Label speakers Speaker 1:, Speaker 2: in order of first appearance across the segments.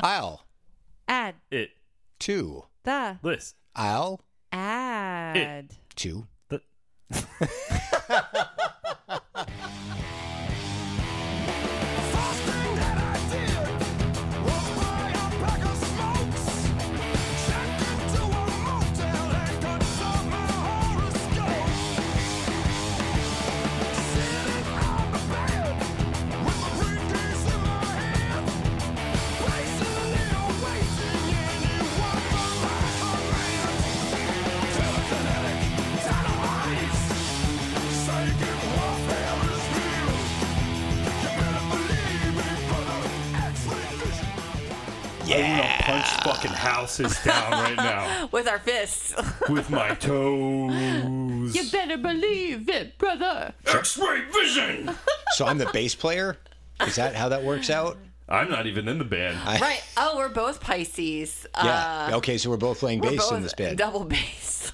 Speaker 1: I'll
Speaker 2: Add
Speaker 3: It
Speaker 1: two.
Speaker 2: the
Speaker 3: list.
Speaker 1: I'll
Speaker 2: ad.
Speaker 1: two.
Speaker 3: The,
Speaker 4: First thing that I did was buy a pack of smokes, checked into a motel and consulted my horoscope. Sitting on the bed with a briefcase in my hand, patiently awaiting anyone from my command. Telekinetic, dynamite, psychic warfare is real. You better believe it, brother.
Speaker 3: I'm gonna punch fucking houses down right now
Speaker 2: With our fists.
Speaker 3: with my toes.
Speaker 2: you better believe it, brother.
Speaker 3: X-ray vision.
Speaker 1: So I'm the bass player. Is that how that works out?
Speaker 3: I'm not even in the band.
Speaker 2: Right. Oh, we're both Pisces. Uh,
Speaker 1: Yeah. okay, so we're both playing
Speaker 2: we're
Speaker 1: bass
Speaker 2: both
Speaker 1: in this band.
Speaker 2: Double bass.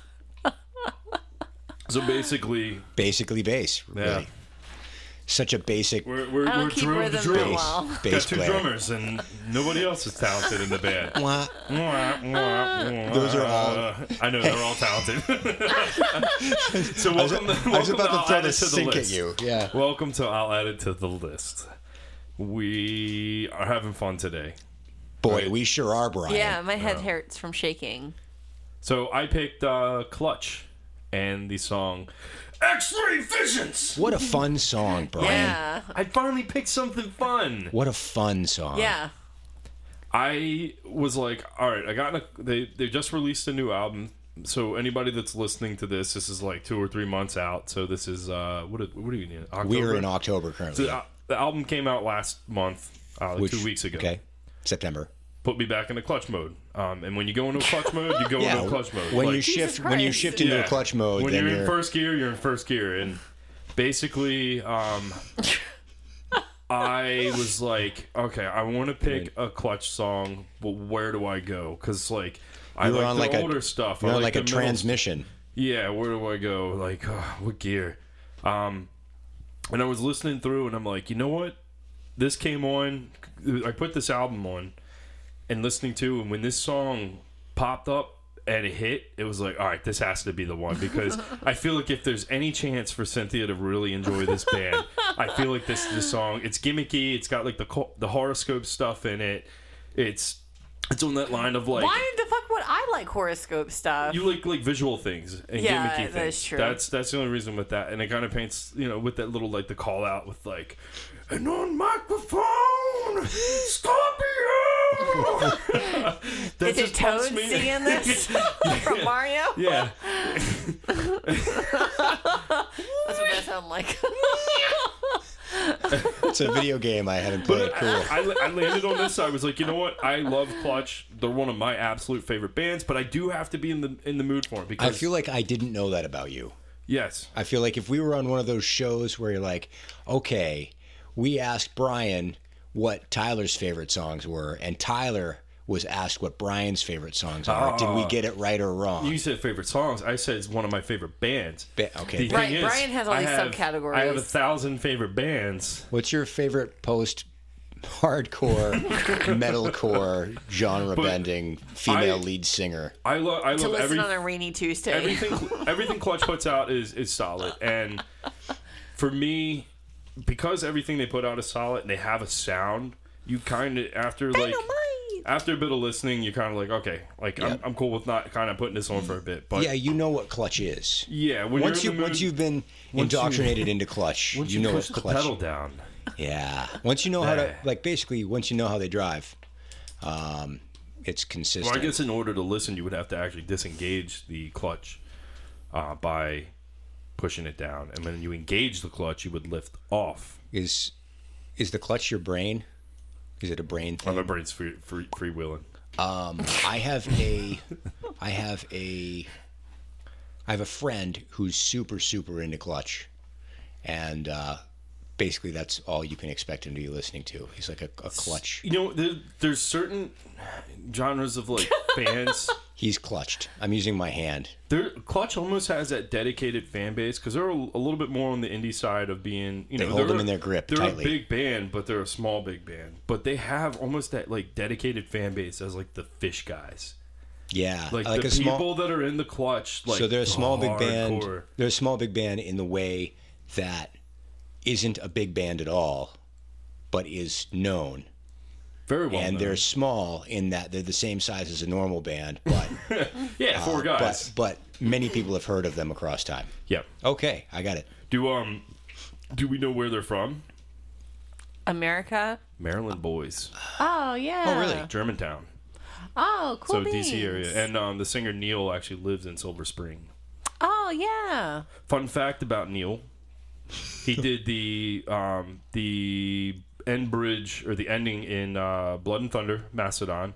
Speaker 3: So basically,
Speaker 1: Basically bass. Really.
Speaker 3: Yeah.
Speaker 1: Such a basic
Speaker 3: we're we're,
Speaker 2: I don't
Speaker 3: we're
Speaker 2: keep
Speaker 3: Drew of the
Speaker 2: rhythm very
Speaker 3: drums.
Speaker 2: well.
Speaker 1: bass,
Speaker 3: Got
Speaker 1: bass
Speaker 3: two
Speaker 1: player.
Speaker 3: drummers and nobody else is talented in the band.
Speaker 1: Wah.
Speaker 3: Those
Speaker 1: are all-
Speaker 3: I know they're all talented. so
Speaker 1: I was,
Speaker 3: welcome. to,
Speaker 1: I was
Speaker 3: welcome
Speaker 1: about to
Speaker 3: I'll
Speaker 1: throw
Speaker 3: Add It
Speaker 1: the
Speaker 3: to the
Speaker 1: sink at
Speaker 3: list.
Speaker 1: you. Yeah.
Speaker 3: Welcome to I'll add it to the list. We are having fun today.
Speaker 1: Boy, we sure are, Brian.
Speaker 2: Yeah, my
Speaker 1: Oh.
Speaker 2: head hurts from shaking.
Speaker 3: So I picked uh, Clutch and the song X-Ray Visions.
Speaker 1: What a fun song, Brian.
Speaker 2: Yeah.
Speaker 3: I finally picked something fun.
Speaker 1: What a fun song.
Speaker 2: Yeah.
Speaker 3: I was like, all right, I got in a, they they just released a new album. So anybody that's listening to this, this is like two or three months out. So this is uh, what do- what do you need? October?
Speaker 1: We're in October currently.
Speaker 3: The, uh, the album came out last month, uh, like
Speaker 1: which-
Speaker 3: two weeks ago.
Speaker 1: Okay. September.
Speaker 3: Put me back into clutch mode. Um, and when you go into clutch mode, you go into clutch mode.
Speaker 1: When
Speaker 3: Like,
Speaker 1: you
Speaker 2: Jesus
Speaker 1: shift when you
Speaker 2: Christ.
Speaker 1: shift into
Speaker 3: yeah.
Speaker 1: a clutch mode,
Speaker 3: when
Speaker 1: then
Speaker 3: you're,
Speaker 1: you're,
Speaker 3: in first gear, you're in first gear. And basically, um, I was like, okay, I want to pick a clutch song, but where do I go? Because like, I
Speaker 1: you're
Speaker 3: like
Speaker 1: on
Speaker 3: the
Speaker 1: like
Speaker 3: older
Speaker 1: a,
Speaker 3: stuff. I
Speaker 1: You're on like,
Speaker 3: like the
Speaker 1: a
Speaker 3: middle
Speaker 1: transmission.
Speaker 3: yeah, where do I go? Like, uh, what gear? Um, and I was listening through, and I'm like, you know what? This came on. I put this album on, and listening to, and when this song popped up and it hit, it was like, all right, this has to be the one because I feel like if there's any chance for Cynthia to really enjoy this band, I feel like this this song. It's gimmicky. It's got like the co- the horoscope stuff in it. It's it's on that line of like
Speaker 2: Why the fuck would I like horoscope stuff?
Speaker 3: you like like visual things and
Speaker 2: Yeah,
Speaker 3: gimmicky
Speaker 2: that's
Speaker 3: things.
Speaker 2: true.
Speaker 3: That's that's the only reason with that, and it kind of paints you know with that little like the call out with like, and on microphone, Scorpio. that
Speaker 2: Is it Toad
Speaker 3: punts me-
Speaker 2: singing this from Mario?
Speaker 3: yeah,
Speaker 2: That's what that sounds like.
Speaker 1: It's a video game I haven't played.
Speaker 3: but
Speaker 1: Cool.
Speaker 3: I, I landed on this. I was like, you know what? I love Clutch. They're one of my absolute favorite bands, but I do have to be in the in the mood for it because
Speaker 1: I feel like I didn't know that about you.
Speaker 3: yes,
Speaker 1: I feel like if we were on one of those shows where you're like, okay, we asked Brian what Tyler's favorite songs were, and Tyler was asked what Brian's favorite songs are. Did we get it right or wrong?
Speaker 3: Ah. You said favorite songs. I said it's one of my favorite bands.
Speaker 1: Ba- okay.
Speaker 3: The thing
Speaker 2: Right,
Speaker 3: is,
Speaker 2: Brian has all
Speaker 3: I
Speaker 2: these
Speaker 3: have-
Speaker 2: subcategories.
Speaker 3: I have a thousand favorite bands.
Speaker 1: What's your favorite post hardcore, metalcore, genre bending female
Speaker 3: I-
Speaker 1: lead singer?
Speaker 3: I, lo- I
Speaker 2: to
Speaker 3: love
Speaker 2: listen
Speaker 3: every,
Speaker 2: on a rainy Tuesday.
Speaker 3: everything. everything Clutch puts out is is solid, and for me, because everything they put out is solid, and they have a sound. You kind of after like
Speaker 2: Dynamite.
Speaker 3: after a bit of listening, you're kind of like okay, like I'm, I'm cool with not kind of putting this on for a bit, but
Speaker 1: Yeah,
Speaker 3: yeah,
Speaker 1: you know what clutch is.
Speaker 3: when
Speaker 1: Once
Speaker 3: you're
Speaker 1: you
Speaker 3: in the mood,
Speaker 1: once you've been
Speaker 3: Once you-
Speaker 1: indoctrinated into clutch,
Speaker 3: once
Speaker 1: you, know
Speaker 3: push
Speaker 1: what
Speaker 3: the
Speaker 1: clutch.
Speaker 3: pedal down,
Speaker 1: Yeah. Once you know how to
Speaker 3: Yeah.
Speaker 1: like basically once you know how they drive, um, it's
Speaker 3: Well,
Speaker 1: consistent.
Speaker 3: I guess in order to listen, you would have to actually disengage the clutch uh, by pushing it down, and when you engage the clutch, you would lift off.
Speaker 1: is is the clutch your brain? Is it a brain
Speaker 3: My
Speaker 1: thing?
Speaker 3: brain's free, free, freewheeling.
Speaker 1: Um, I have a, I have a, I have a friend who's super super into clutch, and uh, basically that's all you can expect him to be listening to. He's like a, a clutch.
Speaker 3: You know, there, there's certain genres of like fans
Speaker 1: He's clutched. I'm using my hand.
Speaker 3: They're, Clutch almost has that dedicated fan base because they're a, a little bit more on the indie side of being, you know,
Speaker 1: hold
Speaker 3: they're
Speaker 1: them
Speaker 3: a-
Speaker 1: in their grip
Speaker 3: They're
Speaker 1: tightly.
Speaker 3: a big band, but they're a small big band. But they have almost that like dedicated fan base as like the Fish guys,
Speaker 1: Yeah,
Speaker 3: like, the
Speaker 1: a small.
Speaker 3: people that are in the Clutch. Like
Speaker 1: so they're a small big band.
Speaker 3: hardcore.
Speaker 1: They're a small big band in the way that isn't a big band at all, but is known.
Speaker 3: very well,
Speaker 1: and
Speaker 3: known.
Speaker 1: they're small in that they're the same size as a normal band, but
Speaker 3: yeah, four
Speaker 1: but
Speaker 3: guys.
Speaker 1: but many people have heard of them across time.
Speaker 3: yeah.
Speaker 1: Okay, I got it.
Speaker 3: Do um, do we know where they're from?
Speaker 2: America.
Speaker 3: Maryland boys,
Speaker 2: Oh yeah.
Speaker 1: Oh,
Speaker 3: Uh,
Speaker 1: really?
Speaker 3: Germantown,
Speaker 2: Oh, cool.
Speaker 3: so DC area,
Speaker 2: beans.
Speaker 3: and um, the singer Neil actually lives in Silver Spring.
Speaker 2: oh yeah.
Speaker 3: Fun fact about Neil: he did the um, the end bridge or the ending in uh, Blood and Thunder, Macedon.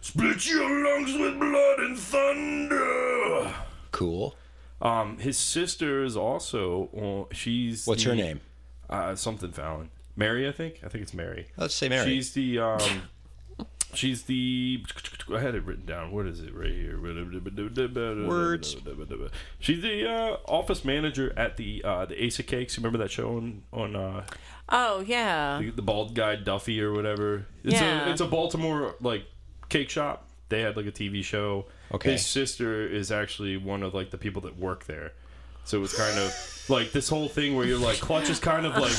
Speaker 3: Split your lungs with blood and thunder.
Speaker 1: Cool.
Speaker 3: Um, his sister is also. Uh, she's
Speaker 1: What's
Speaker 3: the-
Speaker 1: her name?
Speaker 3: Uh, something Fallon. Mary, I think. I think it's Mary.
Speaker 1: Let's say Mary.
Speaker 3: She's the um she's the I had it written down. What is it right here? Words. She's the uh, office manager at the uh, the Ace of Cakes. You remember that show on, on uh,
Speaker 2: Oh yeah.
Speaker 3: the, the bald guy Duffy or whatever? It's
Speaker 2: Yeah.
Speaker 3: a it's a Baltimore like cake shop. They had like a TV show.
Speaker 1: Okay.
Speaker 3: His sister is actually one of like the people that work there. So it was kind of like this whole thing where you're like Clutch is kind of like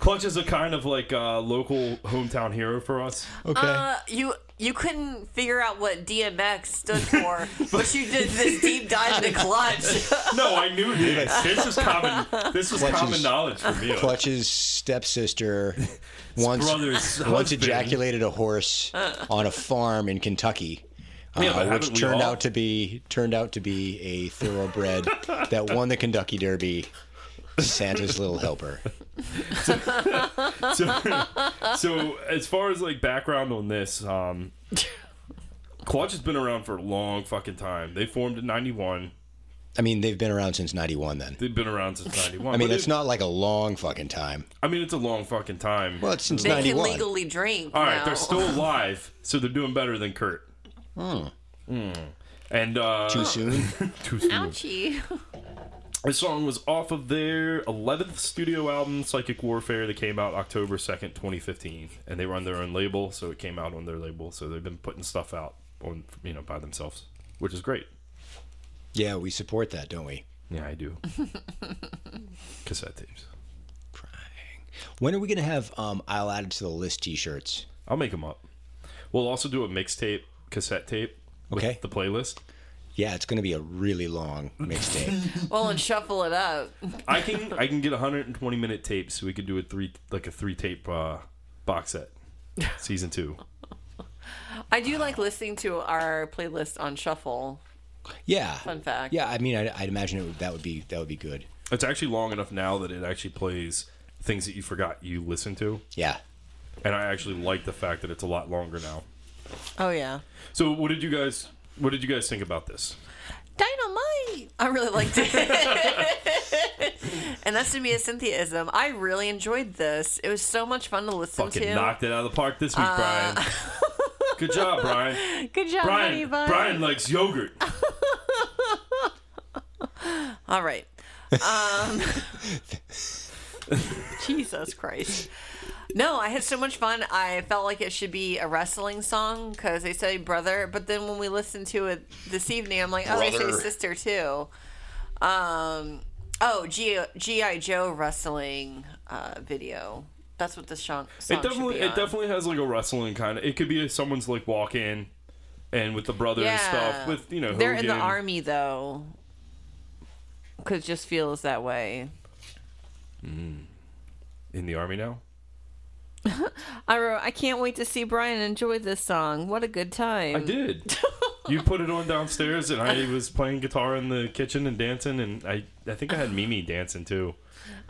Speaker 3: Clutch is a kind of like uh, local hometown hero for us.
Speaker 1: okay.
Speaker 2: Uh, you you couldn't figure out what DMX stood for, but you did this deep dive into Clutch.
Speaker 3: No, I knew this. This is common. This was
Speaker 1: Clutch is-
Speaker 3: common knowledge for me.
Speaker 1: Clutch's stepsister once
Speaker 3: brother's
Speaker 1: once
Speaker 3: husband.
Speaker 1: ejaculated a horse
Speaker 2: Uh.
Speaker 1: on a farm in Kentucky, uh,
Speaker 3: Yeah, but
Speaker 1: which
Speaker 3: haven't we
Speaker 1: turned
Speaker 3: all?
Speaker 1: out to be turned out to be a thoroughbred that won the Kentucky Derby. Santa's little helper.
Speaker 3: So, so as far as like background on this, um, Clutch has been around for a long fucking time. They formed in '91.
Speaker 1: I mean, they've been around since '91. Then
Speaker 3: They've been around since '91.
Speaker 1: I mean, that's not like a long fucking time.
Speaker 3: I mean, it's a long fucking time.
Speaker 1: Well, it's since
Speaker 2: They can
Speaker 1: '91.
Speaker 2: legally drink.
Speaker 3: All right,
Speaker 2: now.
Speaker 3: they're still alive, so they're doing better than Kurt. Hmm. And uh,
Speaker 1: Too soon.
Speaker 3: too soon.
Speaker 2: Ouchie.
Speaker 3: This song was off of their 11th studio album, Psychic Warfare, that came out October 2nd, 2015. And they run their own label, so it came out on their label. So they've been putting stuff out on, you know, by themselves, which is great.
Speaker 1: Yeah, we support that, don't we?
Speaker 3: Yeah, I do. Cassette tapes.
Speaker 1: When are we gonna have um, "I'll add it to the list" T-shirts?
Speaker 3: I'll make them up. We'll also do a mixtape, cassette tape, with
Speaker 1: Okay.
Speaker 3: the playlist.
Speaker 1: Yeah, it's gonna be a really long mixtape.
Speaker 2: Well, and shuffle it up.
Speaker 3: I can I can get 120 minute tapes, so we could do a three like a three tape uh, box set, season two.
Speaker 2: I do like listening to our playlist on shuffle.
Speaker 1: Yeah.
Speaker 2: Fun fact.
Speaker 1: Yeah, I mean, I'd, I'd imagine it would, that would be that would be good.
Speaker 3: It's actually long enough now that it actually plays things that you forgot you listened to.
Speaker 1: Yeah.
Speaker 3: And I actually like the fact that it's a lot longer now.
Speaker 2: Oh yeah.
Speaker 3: So what did you guys what did you guys think about this?
Speaker 2: Dynamite. I really liked it. and that's to be a Cynthiaism. I really enjoyed this. It was so much fun to listen
Speaker 3: Fucking
Speaker 2: to.
Speaker 3: knocked it out of the park this week,
Speaker 2: Uh,
Speaker 3: Brian. Good job, Brian.
Speaker 2: Good job, honey
Speaker 3: Brian
Speaker 2: bun.
Speaker 3: Brian likes yogurt.
Speaker 2: Oh, All right. Um, Jesus Christ. No, I had so much fun. I felt like it should be a wrestling song because they say brother, but then when we listened to it this evening, I'm like, oh, they say
Speaker 1: Brother.
Speaker 2: sister too. Um, oh, G- GI Joe wrestling uh, video. That's what this song, song
Speaker 3: It definitely
Speaker 2: should be
Speaker 3: it
Speaker 2: on.
Speaker 3: definitely has like a wrestling kind of it could be someone's like walk in and with the brother and stuff with you know
Speaker 2: they're in the
Speaker 3: Hogan.
Speaker 2: army though, because just feels that way.
Speaker 3: in the army now.
Speaker 2: I wrote, I can't wait to see Brian enjoy this song. What a good time.
Speaker 3: I did. you put it on downstairs, and I was playing guitar in the kitchen and dancing, and I, I think I had Mimi dancing too.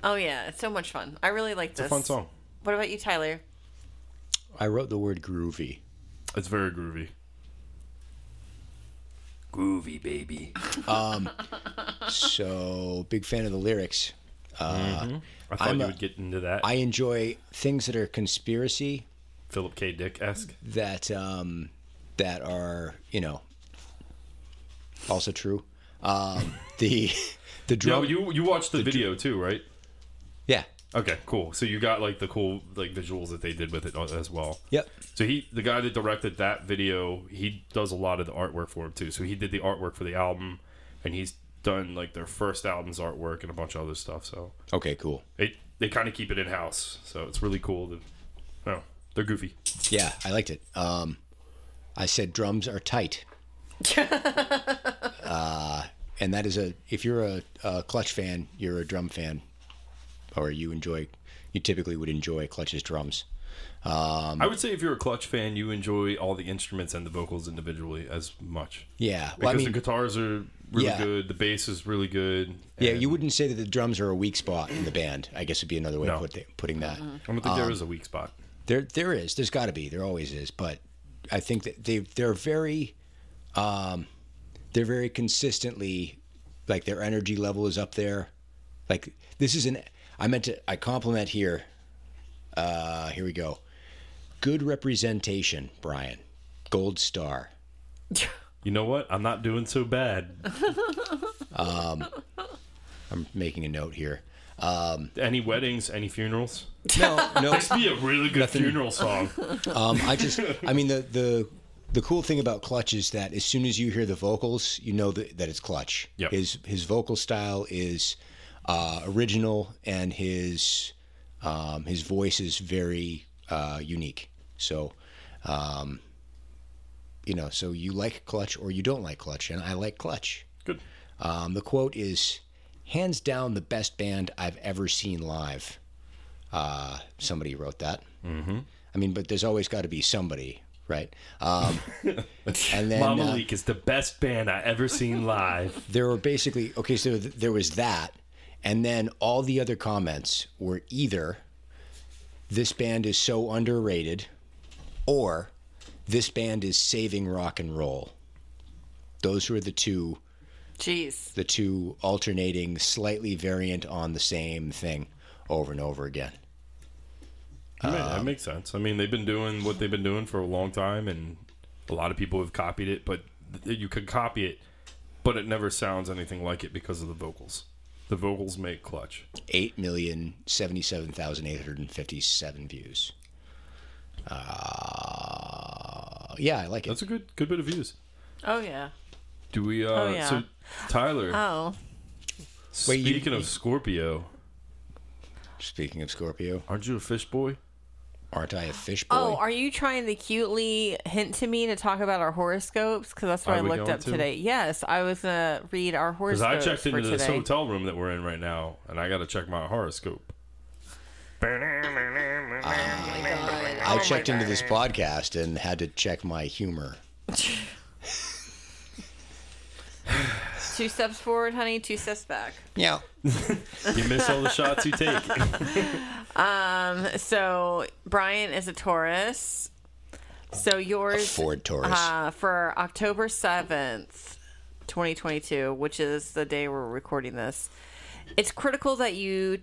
Speaker 2: Oh, yeah. It's so much fun. I really like this.
Speaker 3: Fun song.
Speaker 2: What about you, Tyler?
Speaker 1: I wrote the word groovy.
Speaker 3: It's very groovy. Groovy, baby.
Speaker 1: So big fan of the lyrics.
Speaker 3: I thought
Speaker 1: I'm
Speaker 3: you
Speaker 1: a-
Speaker 3: would get into that.
Speaker 1: I enjoy things that are conspiracy
Speaker 3: Philip K. Dick esque.
Speaker 1: that um, that are you know Also true. Um, the the
Speaker 3: No,
Speaker 1: drum.
Speaker 3: you you watched the, video too, right?
Speaker 1: yeah.
Speaker 3: Okay, cool. So you got like the cool like visuals that they did with it uh, as well.
Speaker 1: Yep.
Speaker 3: So he, the guy that directed that video, he does a lot of the artwork for him too. So he did the artwork for the album, and he's done like their first album's artwork and a bunch of other stuff. So
Speaker 1: Okay. Cool.
Speaker 3: it they kind of keep it in house. So it's really cool. To, no, they're goofy.
Speaker 1: Yeah, I liked it. Um, I said drums are tight. uh, and that is a if you're a, a Clutch fan, you're a drum fan, or you enjoy, you typically would enjoy Clutch's drums. Um,
Speaker 3: I would say if you're a Clutch fan, you enjoy all the instruments and the vocals individually as much
Speaker 1: Yeah, well,
Speaker 3: because
Speaker 1: I mean,
Speaker 3: the guitars are really
Speaker 1: Yeah.
Speaker 3: good, the bass is really good.
Speaker 1: yeah,
Speaker 3: and
Speaker 1: you wouldn't say that the drums are a weak spot in the band. I guess would be another way
Speaker 3: No.
Speaker 1: of put the, putting that.
Speaker 3: I don't think
Speaker 1: um,
Speaker 3: there is a weak spot.
Speaker 1: There, there is. There's got to be. There always is. But I think that they they're very, um, they're very consistently, like their energy level is up there. Like this is an. I meant to. I compliment here. Uh, here we go. Good representation, Brian. Gold star.
Speaker 3: You know what? I'm not doing so bad.
Speaker 1: I'm making a note here.
Speaker 3: any weddings, any funerals?
Speaker 1: No, no.
Speaker 3: This be a really good funeral song.
Speaker 1: Um, I just, I mean, the the the cool thing about Clutch is that as soon as you hear the vocals, you know that, that it's Clutch.
Speaker 3: Yep.
Speaker 1: His his vocal style is uh, original, and his um, his voice is very uh, unique. So, um, you know, so you like Clutch or you don't like Clutch, and I like Clutch.
Speaker 3: Good.
Speaker 1: Um, the quote is, "Hands down, the best band I've ever seen live." Uh, somebody wrote that. Mm-hmm. I mean, but there's always got to be somebody, right? Um, and then
Speaker 3: Mama
Speaker 1: uh,
Speaker 3: Leak is the best band I ever seen live.
Speaker 1: there were basically okay. So th- there was that, and then all the other comments were either, "This band is so underrated," or, "This band is saving rock and roll." Those were the two
Speaker 2: Jeez.
Speaker 1: the two alternating, slightly variant on the same thing over and over again.
Speaker 3: I mean, that makes sense. I mean, they've been doing what they've been doing for a long time, and a lot of people have copied it. But th- you could copy it, but it never sounds anything like it because of the vocals. The vocals make clutch.
Speaker 1: Eight million seventy-seven thousand eight hundred and fifty-seven views. Uh, yeah, I like it.
Speaker 3: That's a good good bit of views.
Speaker 2: Oh yeah.
Speaker 3: Do we? Uh,
Speaker 2: Oh, yeah.
Speaker 3: So Tyler,
Speaker 2: Oh.
Speaker 1: Wait, you-
Speaker 3: speaking of Scorpio,
Speaker 1: Speaking of Scorpio,
Speaker 3: aren't you a fish boy?
Speaker 1: aren't I a fish boy?
Speaker 2: Oh, are you trying to cutely hint to me to talk about our horoscopes? Because that's what
Speaker 3: Are
Speaker 2: I
Speaker 3: we
Speaker 2: looked
Speaker 3: going
Speaker 2: up
Speaker 3: to?
Speaker 2: today. Yes, I was gonna read our
Speaker 3: Because I
Speaker 2: horoscopes
Speaker 3: checked
Speaker 2: for
Speaker 3: into
Speaker 2: today.
Speaker 3: this hotel room that we're in right now, and I got to check my horoscope.
Speaker 1: I checked into this podcast and had to check my humor.
Speaker 2: Two steps forward, honey. Two steps back.
Speaker 1: Yeah.
Speaker 3: You miss all the shots you take.
Speaker 2: So Brian is a Taurus. So yours
Speaker 1: Ford Taurus.
Speaker 2: uh, for October seventh, twenty twenty-two, which is the day we're recording this. It's critical that you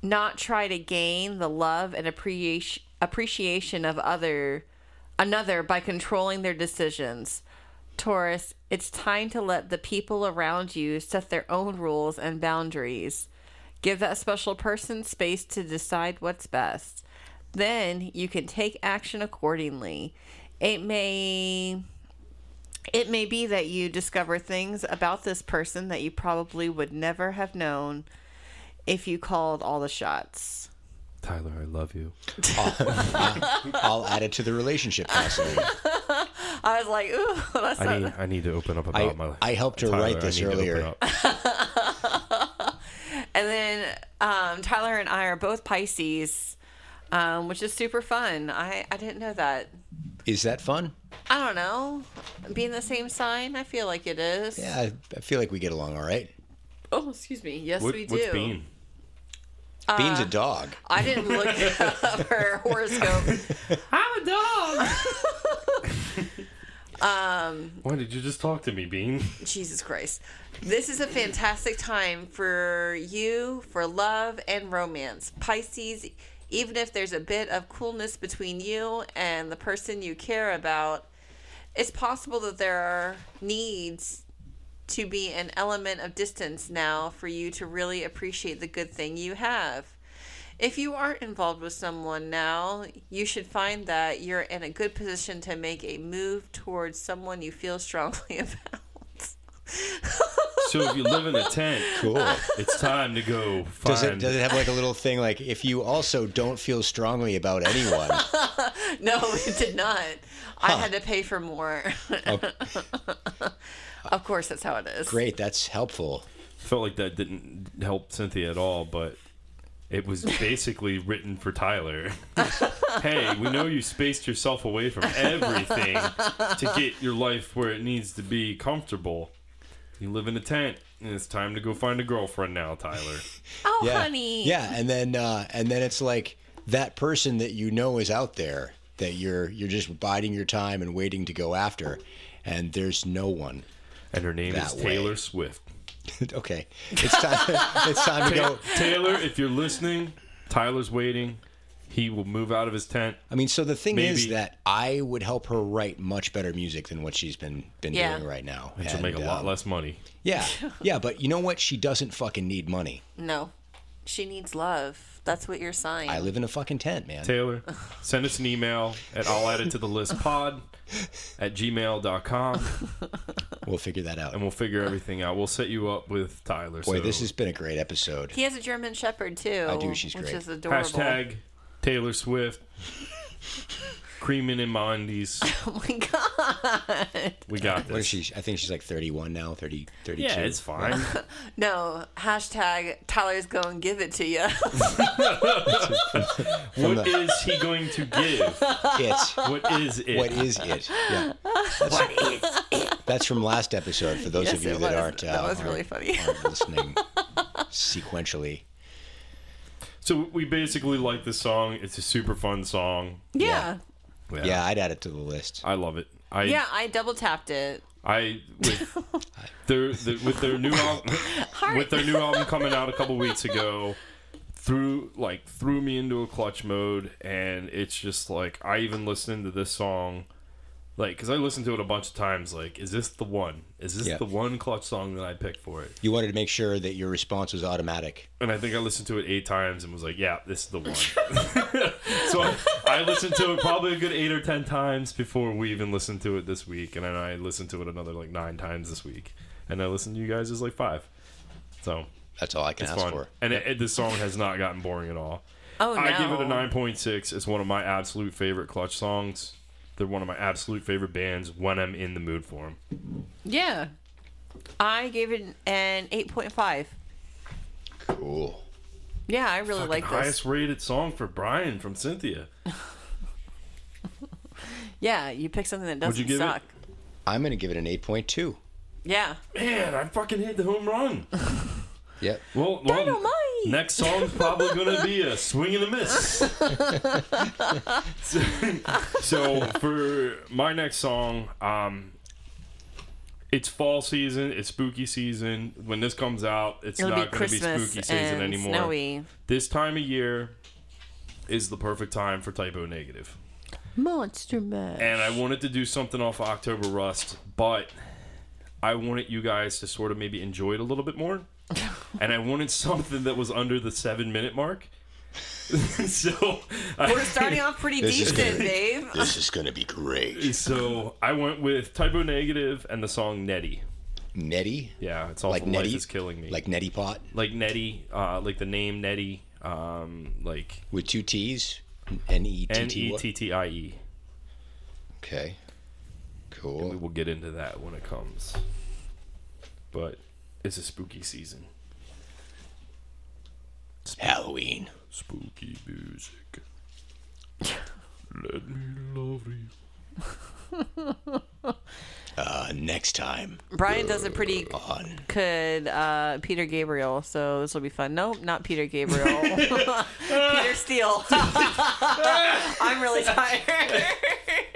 Speaker 2: not try to gain the love and appreciation appreciation of other another by controlling their decisions. Taurus, it's time to let the people around you set their own rules and boundaries. Give that special person space to decide what's best. Then you can take action accordingly. It may it may be that you discover things about this person that you probably would never have known if you called all the shots.
Speaker 3: Tyler, I love you.
Speaker 1: I'll add it to the relationship counseling.
Speaker 2: I was like, ooh, that's
Speaker 3: I need, I need to open up about my
Speaker 1: I, I helped her write this earlier.
Speaker 2: And then um, Tyler and I are both Pisces, um, which is super fun. I, I didn't know that.
Speaker 1: Is that fun?
Speaker 2: I don't know. Being the same sign, I feel like it is.
Speaker 1: Yeah, I, I feel like we get along all right.
Speaker 2: Oh, excuse me. Yes,
Speaker 3: What,
Speaker 2: we do.
Speaker 3: what's bean?
Speaker 1: Bean's a dog.
Speaker 2: I didn't look up her horoscope.
Speaker 3: I'm a dog. um. Why did you just talk to me, Bean?
Speaker 2: Jesus Christ. This is a fantastic time for you, for love and romance. Pisces, even if there's a bit of coolness between you and the person you care about, it's possible that there are needs to be an element of distance now for you to really appreciate the good thing you have. If you aren't involved with someone now, you should find that you're in a good position to make a move towards someone you feel strongly about.
Speaker 3: So if you live in a tent,
Speaker 1: Cool.
Speaker 3: it's time to go find.
Speaker 1: Does it, does it have like a little thing like if you also don't feel strongly about anyone?
Speaker 2: No, it did not. I had to pay for more. of course, that's how it is.
Speaker 1: Oh. Great, that's helpful.
Speaker 3: Felt like that didn't help Cynthia at all, but it was basically written for Tyler. hey, we know you spaced yourself away from everything to get your life where it needs to be comfortable. You live in a tent, and it's time to go find a girlfriend now, Tyler.
Speaker 2: Oh,
Speaker 1: Yeah.
Speaker 2: honey.
Speaker 1: Yeah, and then uh, and then it's like that person that you know is out there that you're you're just biding your time and waiting to go after, and there's no one.
Speaker 3: And her name is
Speaker 1: That way.
Speaker 3: Taylor Swift.
Speaker 1: okay, it's time. it's time to go.
Speaker 3: Taylor, if you're listening, Tyler's waiting. He will move out of his tent.
Speaker 1: I mean, so the thing is
Speaker 3: Maybe-
Speaker 1: that I would help her write much better music than what she's been been
Speaker 2: Yeah.
Speaker 1: doing right now.
Speaker 3: And she'll make a lot
Speaker 1: um,
Speaker 3: less money.
Speaker 1: Yeah, yeah, but you know what? She doesn't fucking need money.
Speaker 2: No, she needs love. That's what you're saying.
Speaker 1: I live in a fucking tent, man.
Speaker 3: Taylor, send us an email at I'll add it to the list pod at gmail.com
Speaker 1: We'll figure that out.
Speaker 3: and we'll figure everything out. We'll set you up with Tyler.
Speaker 1: Boy,
Speaker 3: so
Speaker 1: this has been a great episode.
Speaker 2: he has a German Shepherd too.
Speaker 1: I do, she's
Speaker 2: which
Speaker 1: great.
Speaker 2: is adorable.
Speaker 3: hashtag Taylor Swift creaming in my undies.
Speaker 2: Oh my god.
Speaker 3: We got
Speaker 1: What is
Speaker 3: this.
Speaker 1: she? I think she's like 31 now, 30, 32.
Speaker 3: Yeah, it's fine.
Speaker 2: No. Hashtag Tyler's go and give it to you.
Speaker 3: What is he going to give?
Speaker 1: It's-
Speaker 3: What is it?
Speaker 1: What is it? Yeah. That's, what is it? That's from last episode. For those
Speaker 2: Yes,
Speaker 1: of you
Speaker 2: it
Speaker 1: that
Speaker 2: was.
Speaker 1: aren't,
Speaker 2: That
Speaker 1: uh,
Speaker 2: was really
Speaker 1: aren't-
Speaker 2: funny.
Speaker 1: aren't listening sequentially.
Speaker 3: so we basically like this song. It's a super fun song.
Speaker 2: yeah.
Speaker 1: Yeah, I'd add it to the list.
Speaker 3: I love it. I
Speaker 2: Yeah, I double tapped it.
Speaker 3: I with their the, with their new album with their new album coming out a couple weeks ago threw like threw me into a clutch mode and it's just like I even listened to this song like cuz I listened to it a bunch of times like is this the one is this
Speaker 1: Yeah.
Speaker 3: the one clutch song that I picked for it
Speaker 1: You wanted to make sure that your response was automatic.
Speaker 3: and I think I listened to it 8 times and was like yeah this is the one so I, I listened to it probably a good 8 or 10 times before we even listened to it this week and then I listened to it another like 9 times this week and I listened to you guys as like 5 so
Speaker 1: That's all I can
Speaker 3: it's
Speaker 1: ask
Speaker 3: fun.
Speaker 1: for.
Speaker 3: And it, it- this song has not gotten boring at all.
Speaker 2: Oh no.
Speaker 3: I give it a 9.6. It's one of my absolute favorite Clutch songs. They're one of my absolute favorite bands when I'm in the mood for them.
Speaker 2: Yeah. I gave it an 8.5.
Speaker 1: Cool.
Speaker 2: Yeah, I really like this.
Speaker 3: Highest rated song for Brian from Cynthia.
Speaker 2: Yeah, you pick something that
Speaker 3: What'd you
Speaker 2: doesn't
Speaker 3: give it?
Speaker 2: suck.
Speaker 1: I'm gonna give it an 8.2.
Speaker 2: Yeah.
Speaker 3: Man, I fucking hit the home run.
Speaker 1: Yep.
Speaker 3: Well, well,
Speaker 2: Dynamite.
Speaker 3: next song's probably going to be a swing and a miss. so, so for my next song, um, it's fall season. It's spooky season. When this comes out, it's
Speaker 2: It'll be
Speaker 3: not going to be
Speaker 2: Christmas
Speaker 3: spooky season
Speaker 2: and
Speaker 3: anymore.
Speaker 2: snowy.
Speaker 3: This time of year is the perfect time for typo negative.
Speaker 2: Monster Mash.
Speaker 3: And I wanted to do something off of October Rust, but I wanted you guys to sort of maybe enjoy it a little bit more. and I wanted something that was under the seven minute mark. so I,
Speaker 2: We're starting off pretty
Speaker 1: This is good.
Speaker 2: decent, Dave.
Speaker 1: This is gonna be great.
Speaker 3: so I went with typo negative and the song Nettie.
Speaker 1: Nettie,
Speaker 3: Yeah, it's all
Speaker 1: like
Speaker 3: like Life
Speaker 1: Nettie,
Speaker 3: is killing me.
Speaker 1: like Nettie Pot
Speaker 3: like Nettie, uh, like the name Nettie, um, like
Speaker 1: with two T's. N e t
Speaker 3: N
Speaker 1: t.
Speaker 3: E
Speaker 1: Y.
Speaker 3: T T I E.
Speaker 1: Okay.
Speaker 3: We
Speaker 1: Cool.
Speaker 3: will get into that when it comes. But it's a spooky season.
Speaker 1: Halloween.
Speaker 3: Spooky music. Let me love you.
Speaker 1: Uh, next time
Speaker 2: Brian does a pretty
Speaker 1: on.
Speaker 2: good uh, Peter Gabriel, so this will be fun. Nope, not Peter Gabriel. Peter Steele. I'm really tired.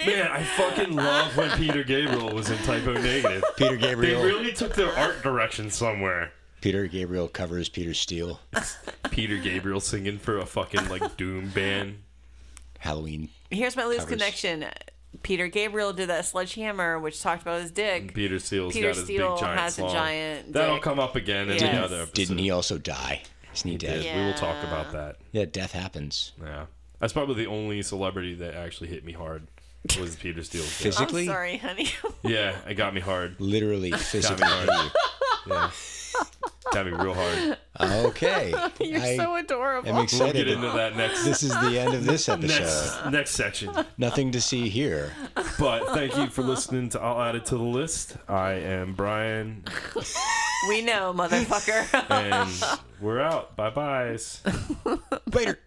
Speaker 3: Man, I fucking love when Peter Gabriel was in Typo Negative.
Speaker 1: Peter
Speaker 3: They
Speaker 1: Gabriel.
Speaker 3: really took their art direction somewhere.
Speaker 1: Peter Gabriel covers Peter Steele.
Speaker 3: Peter Gabriel singing for a fucking like doom band.
Speaker 1: Halloween.
Speaker 2: Here's my loose
Speaker 1: Covers.
Speaker 2: connection. Peter Gabriel did that sledgehammer, which talked about his dick.
Speaker 3: Peter Steele's
Speaker 2: Peter
Speaker 3: got his
Speaker 2: Steele
Speaker 3: big giant
Speaker 2: has a
Speaker 3: slong.
Speaker 2: giant
Speaker 3: That'll
Speaker 2: dick.
Speaker 3: come up again in
Speaker 2: Yes.
Speaker 3: another episode.
Speaker 1: Didn't he also die? Isn't he dead?
Speaker 3: Yes,
Speaker 1: Yeah.
Speaker 3: We will talk about that.
Speaker 1: death happens.
Speaker 3: Yeah. That's probably the only celebrity that actually hit me hard was Peter Steele.
Speaker 2: I'm
Speaker 1: Physically?
Speaker 2: sorry, honey.
Speaker 3: yeah, it got me hard.
Speaker 1: Literally, physically.
Speaker 3: hard. Yeah. Got me real hard.
Speaker 1: okay.
Speaker 2: You're
Speaker 1: I
Speaker 2: so adorable.
Speaker 1: am
Speaker 3: We'll
Speaker 1: excited.
Speaker 3: get
Speaker 1: that
Speaker 3: into that next
Speaker 1: this is the end of this episode.
Speaker 3: next next section.
Speaker 1: Nothing to see here.
Speaker 3: But thank you for listening to I'll Add It to the List. I am Brian
Speaker 2: we know, motherfucker.
Speaker 3: and we're out. Bye byes.
Speaker 1: Later.